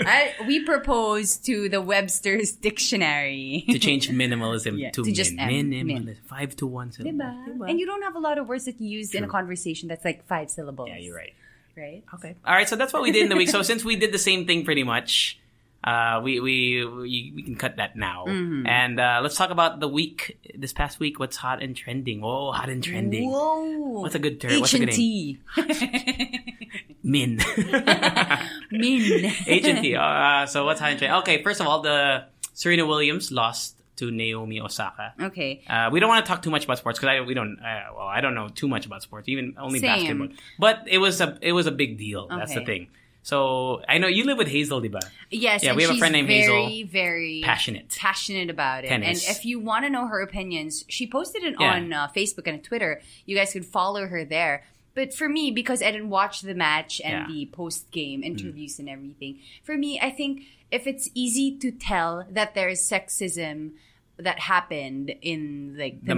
I, we propose to the Webster's Dictionary. to change minimalism Yeah, to, to just min. M, minimalism. min. Five to one syllable. Diba? And you don't have a lot of words that you use in a conversation that's like five syllables. yeah, you're right. Right? Okay. All right. So that's what we did in the week. So since we did the same thing pretty much, uh, we, we we we can cut that now. Mm-hmm. And uh, let's talk about the week this past week. What's hot and trending? Whoa, hot and trending. Whoa. What's a good term? What's a good name? H&T. Min. Min. Agency. Uh, so what's hot and trending? Okay. First of all, the Serena Williams lost to Naomi Osaka. Okay. Uh, we don't want to talk too much about sports because we don't. Uh, well, I don't know too much about sports, even only Same. basketball. But it was a it was a big deal. That's the Okay. thing. So I know you live with Hazel, diba? Yes, Yeah, and we have a she's friend named very, Hazel. Very Passionate. passionate about it. Tennis. And if you want to know her opinions, she posted it Yeah. on uh, Facebook and Twitter. You guys could follow her there. But for me, because I didn't watch the match and Yeah. Mm-hmm. the post game interviews and everything, for me, I think if it's easy to tell that there is sexism that happened in like the, The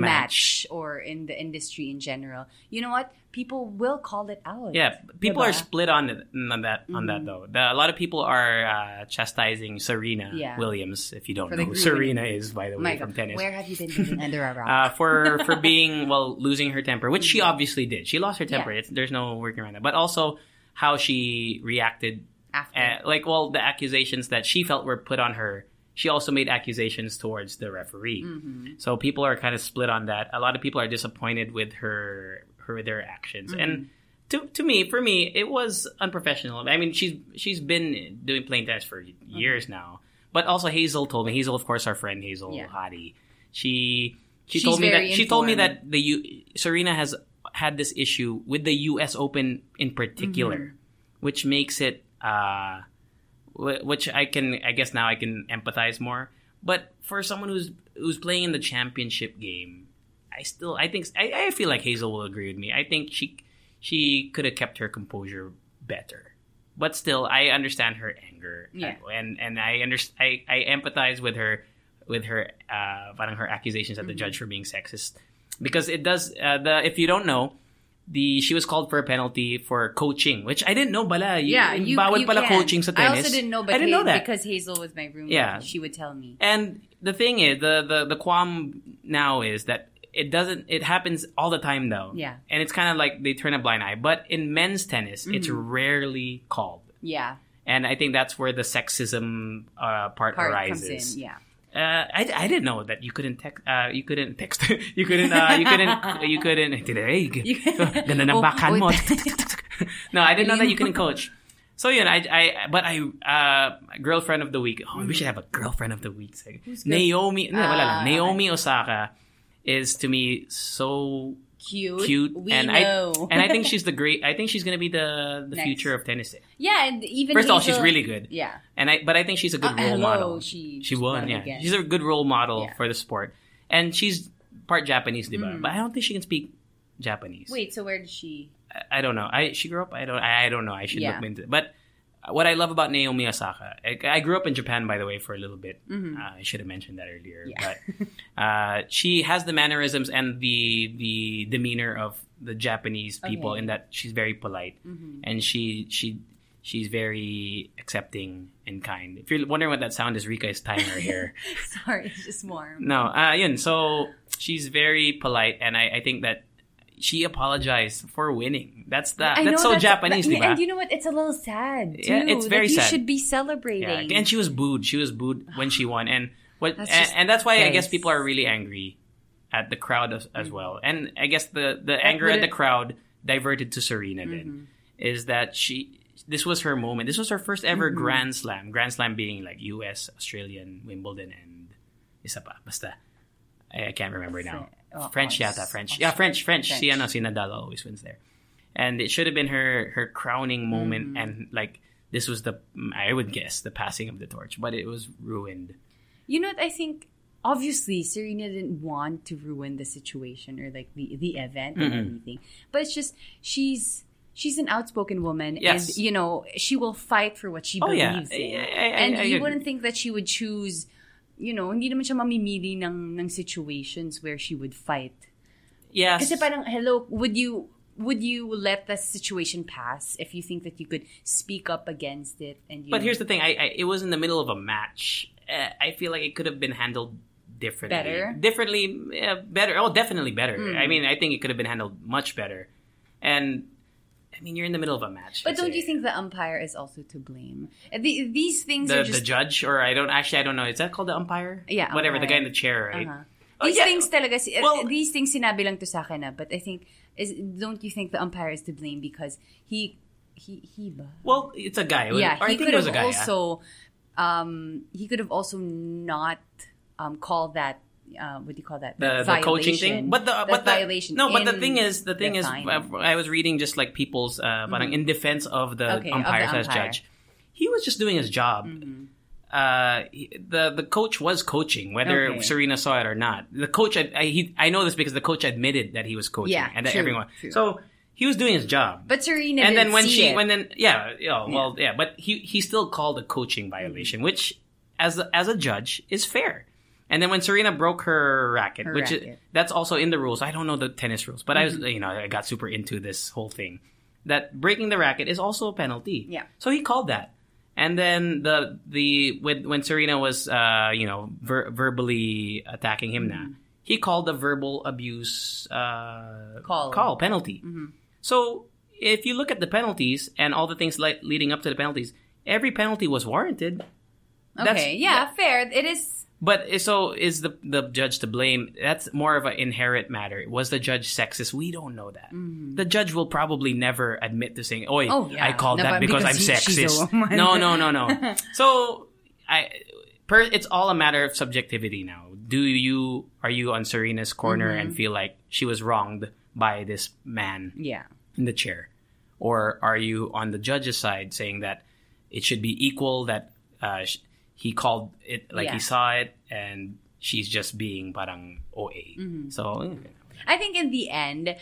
match. match. or in the industry in general, you know what? People will call it out. Yeah, people are Diba? split on it on that on Mm-hmm. that though. The, a lot of people are uh, chastising Serena Yeah. Williams. If you don't For the know, who green. Serena is by the Oh My way from God, tennis. Where have you been living under a rock? uh, for for being well losing her temper, which she obviously did. She lost her temper. Yeah. It's, there's no working around that. But also how she reacted, After. uh, like well the accusations that she felt were put on her. She also made accusations towards the referee. Mm-hmm. So people are kind of split on that. A lot of people are disappointed with her her their actions Mm-hmm. and. To, to me, for me, it was unprofessional. I mean, she's she's been doing playing tennis for Mm-hmm. years now. But also, Hazel told me Hazel, of course, our friend Hazel Yeah. Hadi. She she She's told me that very she told me informed. that the U, Serena has had this issue with the U.S. Open in particular, Mm-hmm. which makes it uh, wh- which I can I guess now I can empathize more. But for someone who's who's playing in the championship game, I still I think I, I feel like Hazel will agree with me. I think she she could have kept her composure better. But still, I understand her anger, Yeah. and and I under, I, I empathize with her with her uh, parang her accusations at the judge for being sexist because it does uh, the if you don't know the she was called for a penalty for coaching, which I didn't know. Bala, You- yeah, you, bawal you pala can. coaching sa tennis. I also didn't know, but I didn't Ha- know that because Hazel was my roommate. Yeah. she would tell me. and the thing is, the, the the qualm now is that it doesn't. It happens all the time, though. Yeah. And it's kind of like they turn a blind eye. But in men's tennis, it's Mm-hmm. rarely called, Yeah, and I think that's where the sexism uh, part, part arises. comes in. Yeah, Uh, I, I didn't know that you couldn't text. Uh, you couldn't text. you couldn't. Uh, you couldn't. You couldn't. Hey, ganda ng Oh, backhand mo. oh, no, I didn't know that you couldn't coach. So yeah, I, I but I uh, girlfriend of the week. Oh, we should have a girlfriend of the week. Seg. Naomi. No, wala Ah. lang. Naomi Osaka is to me so cute. cute, We and know. I and I think she's the great. I think she's gonna be the the Next. future of tennis. yeah, and even First of all, she's Hazel- really good. Yeah, And I, but I think she's a good Uh, role hello, model. she- she she won. won Yeah, again. she's a good role model Yeah. Mm-hmm. for the sport, and she's part Japanese, diba? But I don't think she can speak Japanese. Wait, so where did she? I, I don't know. I she grew up. I don't. I, I don't know. I should Yeah. look into. it. But what I love about Naomi Osaka, I, I grew up in Japan, by the way, for a little bit. Mm-hmm. Uh, I should have mentioned that earlier. But uh, she has the mannerisms and the the demeanor of the Japanese people Okay. Mm-hmm. in that she's very polite and she she. She's very accepting and kind. If you're wondering what that sound is, Rika is tying her hair. Sorry, it's just warm. No, uh, yun. So she's very polite, and I, I think that she apologized for winning. That's the I know that's so Japanese, that- diba? And you know what? It's a little sad. Too. Yeah, it's very like, you sad. should be celebrating. yeah. And she was booed. She was booed when she won, and what? That's and, just and that's why I guess nice. people are really angry at the crowd as, as well. And I guess the the anger at would've- the crowd diverted to Serena. Mm-hmm. Then is that she? This was her moment. This was her first ever Mm-hmm. Grand Slam. Grand Slam being like U.S., Australian, Wimbledon, and isa pa. Basta. Eh, I, I can't remember now. oh, French, oh, yata, it's- French. oh, Yeah, French, French. French. Si, ano, si Nadal always wins there. And it should have been her her crowning Mm-hmm. moment. And like, this was the, I would guess, the passing of the torch. But it was ruined. You know what? I think obviously Serena didn't want to ruin the situation or like the the event Mm-hmm. and everything, but it's just she's she's an outspoken woman, Yes. and you know she will fight for what she Oh, yeah. believes in, I- I- I- and I you agree. wouldn't think that she would choose. You know, hindi naman siya mamimili ng, ng situations where she would fight. Yes. Kasi parang, hello, would you would you let the situation pass if you think that you could speak up against it? And you But know, here's the thing: I, I it was in the middle of a match. Uh, I feel like it could have been handled differently. Better? Hmm. differently, uh, better. Oh, definitely better. I mean, I think it could have been handled much better. And I mean, you're in the middle of a match. But It's don't a- you think the umpire is also to blame? Eh, The, these things the, are just the judge or I don't actually I don't know. Is that called the umpire? Yeah, whatever. The guy in umpire. Uh-huh. the chair, right? Oh, these yeah. things talaga. si- eh, Well- these things sinabi lang to sa akin na, but I think is don't you think the umpire is to blame because he he he ba? Well, it's a guy. yeah, or I he think could it was have a guy. yeah. also um he could have also not um called that uh, what do you call that the, the coaching thing. But the That but the, violation No, but the in thing is, the thing is, fine. Mm-hmm. I, I was reading just like people's uh, parang in defense of the Okay, of the umpire as umpire. Mm-hmm. judge. He was just doing his job. Uh, he- the the coach was coaching, whether Okay. Serena saw it or not. The coach, I, I, he, I know this because the coach admitted that he was coaching, Yeah, and that true, everyone. true. So he was doing his job. But Serena and didn't then when see she, it. when then yeah, yeah, well, yeah, but he he still called a coaching violation, Mm-hmm. which as a, as a judge is fair. And then when Serena broke her racket, Her which is- racket. Mm-hmm. that's also in the rules. I don't know the tennis rules, but I was you know I got super into this whole thing that breaking the racket is also a penalty. Yeah. So he called that. And then the the when when Serena was uh you know ver- verbally attacking him now, Mm-hmm. he called the verbal abuse uh Call. Mm-hmm. call penalty. So if you look at the penalties and all the things like leading up to the penalties, every penalty was warranted. okay, yeah, fair. It is. But i- so is the the judge to blame? That's more of an inherent matter. Was the judge sexist? We don't know that. The judge will probably never admit to saying, "Oi, Mm-hmm. Oh, yeah. I called No, that but because, because I'm he- she's a sexist." woman. No, no, no, no. so I, per, it's all a matter of subjectivity now. Do you are you on Serena's corner Mm-hmm. and feel like she was wronged by this man? Yeah. in the chair? Or are you on the judge's side saying that it should be equal, that uh, sh- he called it like Yeah. he saw it and she's just being parang OA? Mm-hmm. So, I think in the end,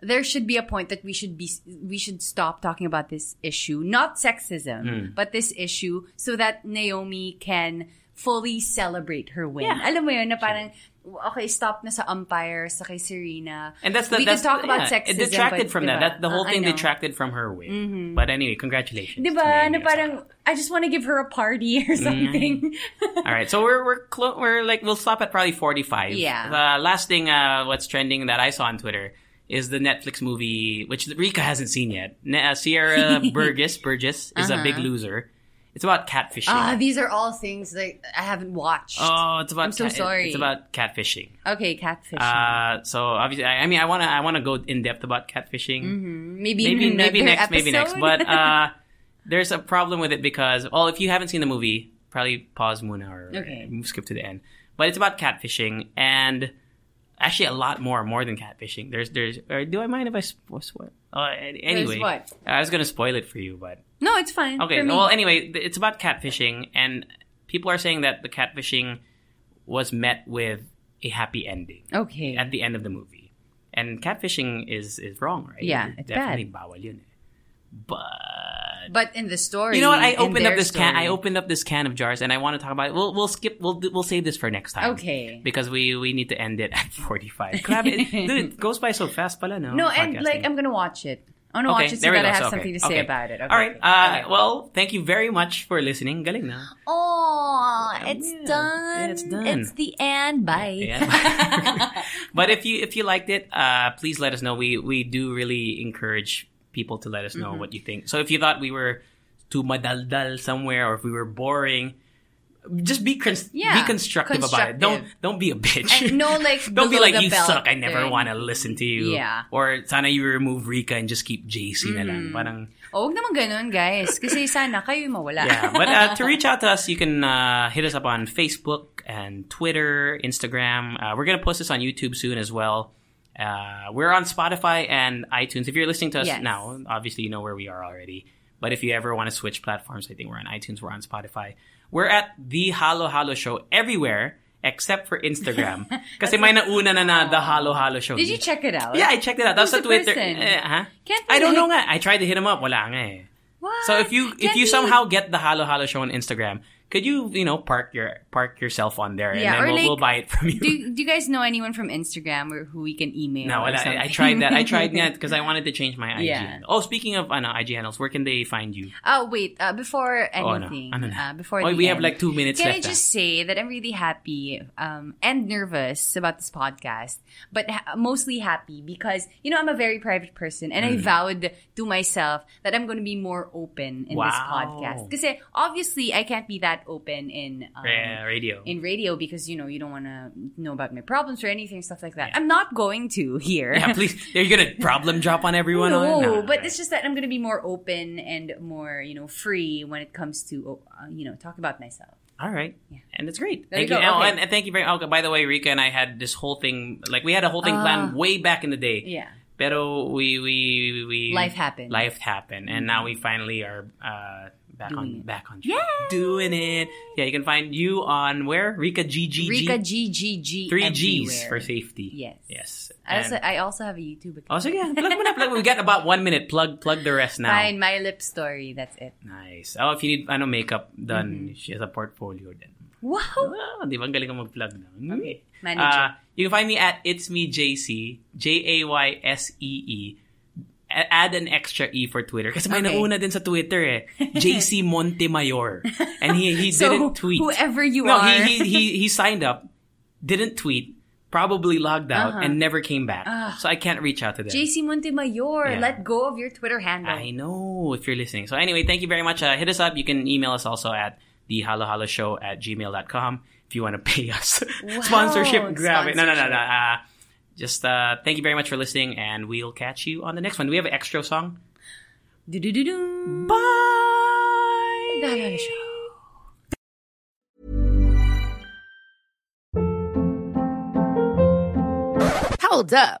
there should be a point that we should be we should stop talking about this issue, not sexism, Hmm. but this issue, so that Naomi can fully celebrate her win. Alam mo yun na parang okay, stop na sa umpire, sa kay Serena. and that's the we that's, can talk the- about yeah, sexism. It detracted but, from that. diba? that. The whole Ah, I thing know. Mm-hmm. detracted from her win. But anyway, congratulations. Diba? to Na Naomi parang, Osaka. I just want to give her a party Mm-hmm. or something. All right, so we're we're clo- we're like we'll stop at probably forty five. Yeah. The last thing uh, what's trending that I saw on Twitter is the Netflix movie which Rika hasn't seen yet. Ne- uh, Sierra Burgess Burgess is a Uh-huh. big loser. It's about catfishing. Ah, these are all things that I haven't watched. oh, it's about I'm so cat- sorry. It's about catfishing. okay, catfishing. Uh, so obviously, I, I mean, I wanna I wanna go in depth about catfishing. Mm-hmm. maybe maybe in maybe another next maybe next episode? but uh there's a problem with it because well if you haven't seen the movie probably pause muna or Okay. uh, skip to the end but it's about catfishing and actually a lot more more than catfishing there's there's or do i mind if i spo- swear uh, an- anyway what? i was gonna spoil it for you but no, it's fine. okay for me. well anyway th- it's about catfishing and people are saying that the catfishing was met with a happy ending Okay. at the end of the movie. And catfishing is is wrong, right? Yeah, it's definitely bawal yun. eh. But but in the story, you know what? I in opened up their this can. story- I opened up this can of jars, and I want to talk about it. We'll we'll skip. We'll we'll save this for next time. Okay. Because we we need to end it at forty five. Grab it, dude. It goes by so fast, pala no. No, and podcasting. like I'm gonna watch it. I wanna Okay, watch it so there we that go. I have So, okay, something to say okay. about it. Okay. All right. Uh, okay. Well, thank you very much for listening. Galing na. oh, it's Yeah, done. it's done. It's the end. Bye. Yeah. but if you if you liked it, uh, please let us know. We we do really encourage people to let us Mm-hmm. know what you think. So if you thought we were too madaldal somewhere, or if we were boring, just be cons- Yeah, be constructive, about it. Don't constructive. don't be a bitch. And no, like, don't be below like the you belt suck. I never thing." want to listen to you. Yeah. Or sana you remove Rika and just keep JC na lang. Parang- Oh, huwag naman ganun, guys. Kasi sana kayo yung mawala. yeah, but uh, to reach out to us, you can uh, hit us up on Facebook and Twitter, Instagram. Uh, we're gonna post this on YouTube soon as well. Uh, we're on Spotify and iTunes. If you're listening to us Yes. now, obviously you know where we are already. But if you ever want to switch platforms, I think we're on iTunes, we're on Spotify. We're at the Halo Halo Show everywhere except for Instagram. Kasi may nauna na na the Halo Halo Show. Did you check it out? Yeah, I checked it out. That's Who's the the Twitter. person? Eh, huh? Can't we I don't hit- know nga. I tried to hit him up. Wala nga eh. What? So if you if Can you we- somehow get the Halo Halo show on Instagram, could you you know park your park yourself on there and Yeah, then or we'll, like- we'll buy it from you. Do, do you guys know anyone from Instagram or who we can email? no, or and something? I, I tried that. I tried that because I wanted to change my IG. Yeah. Oh, speaking of ano, IG handles, where can they find you? Oh wait, uh, before Oh, ano? anything, Ano na? uh, before Oh, the we have end, like two minutes Can left, ah. I just say that I'm really happy um, and nervous about this podcast, but ha- mostly happy because you know I'm a very private person, and Mm. I vowed to myself that I'm going to be more open in this Wow. podcast. Because obviously I can't be that open in um, Yeah, Uh, radio. in radio because you know you don't want to know about my problems or anything stuff like that. I'm not going to here. yeah, please. Are you gonna problem drop on everyone? No, on? but alright. it's just that I'm going to be more open and more, you know, free when it comes to, uh, you know, talk about myself. All right. And it's great. There thank you. you go. Oh, Okay. and, and thank you very much. by the way, Rika and I had this whole thing, like, we had a whole thing planned way back in the day. Uh, yeah. Pero we, we, we. Life happened. Life happened. And now we finally are, uh, back on, back on. Yeah. Doing it. Yeah, you can find you on where? Rika GGG. Rika GGG. Three G's everywhere. for safety. Yes. Yes. I also, And- I also have a YouTube account. Oh, sige. Plug mo na, plug mo. We got about one minute. Plug, plug the rest now. Fine, my lip story. That's it. Nice. Oh, if you need ano, makeup Mm-hmm. done, she has a portfolio then. Wow. Oh, di ba? Ang galing ka mag-plug na. Okay. Manager. you can find me at It's Me JC, J-A-Y-S-E-E. E A- Add an extra E for Twitter. Kasi may Okay. nauna din sa Twitter eh. JC Montemayor. And he, he So, didn't tweet. whoever you no, are. He, he, he, he signed up, didn't tweet, probably logged out, Uh-huh. and never came back. Ah. So I can't reach out to them. JC Yeah. Montemayor, let go of your Twitter handle. I know if you're listening. So anyway, thank you very much. Uh, hit us up. You can email us also at the halo halo show at gmail.com if you want to pay us. sponsorship, grab it. No, no, no, no. Uh, just uh, thank you very much for listening, and we'll catch you on the next one. Do we have an extra song? Do-do-do-do. Bye! Dahil siya. Hold up.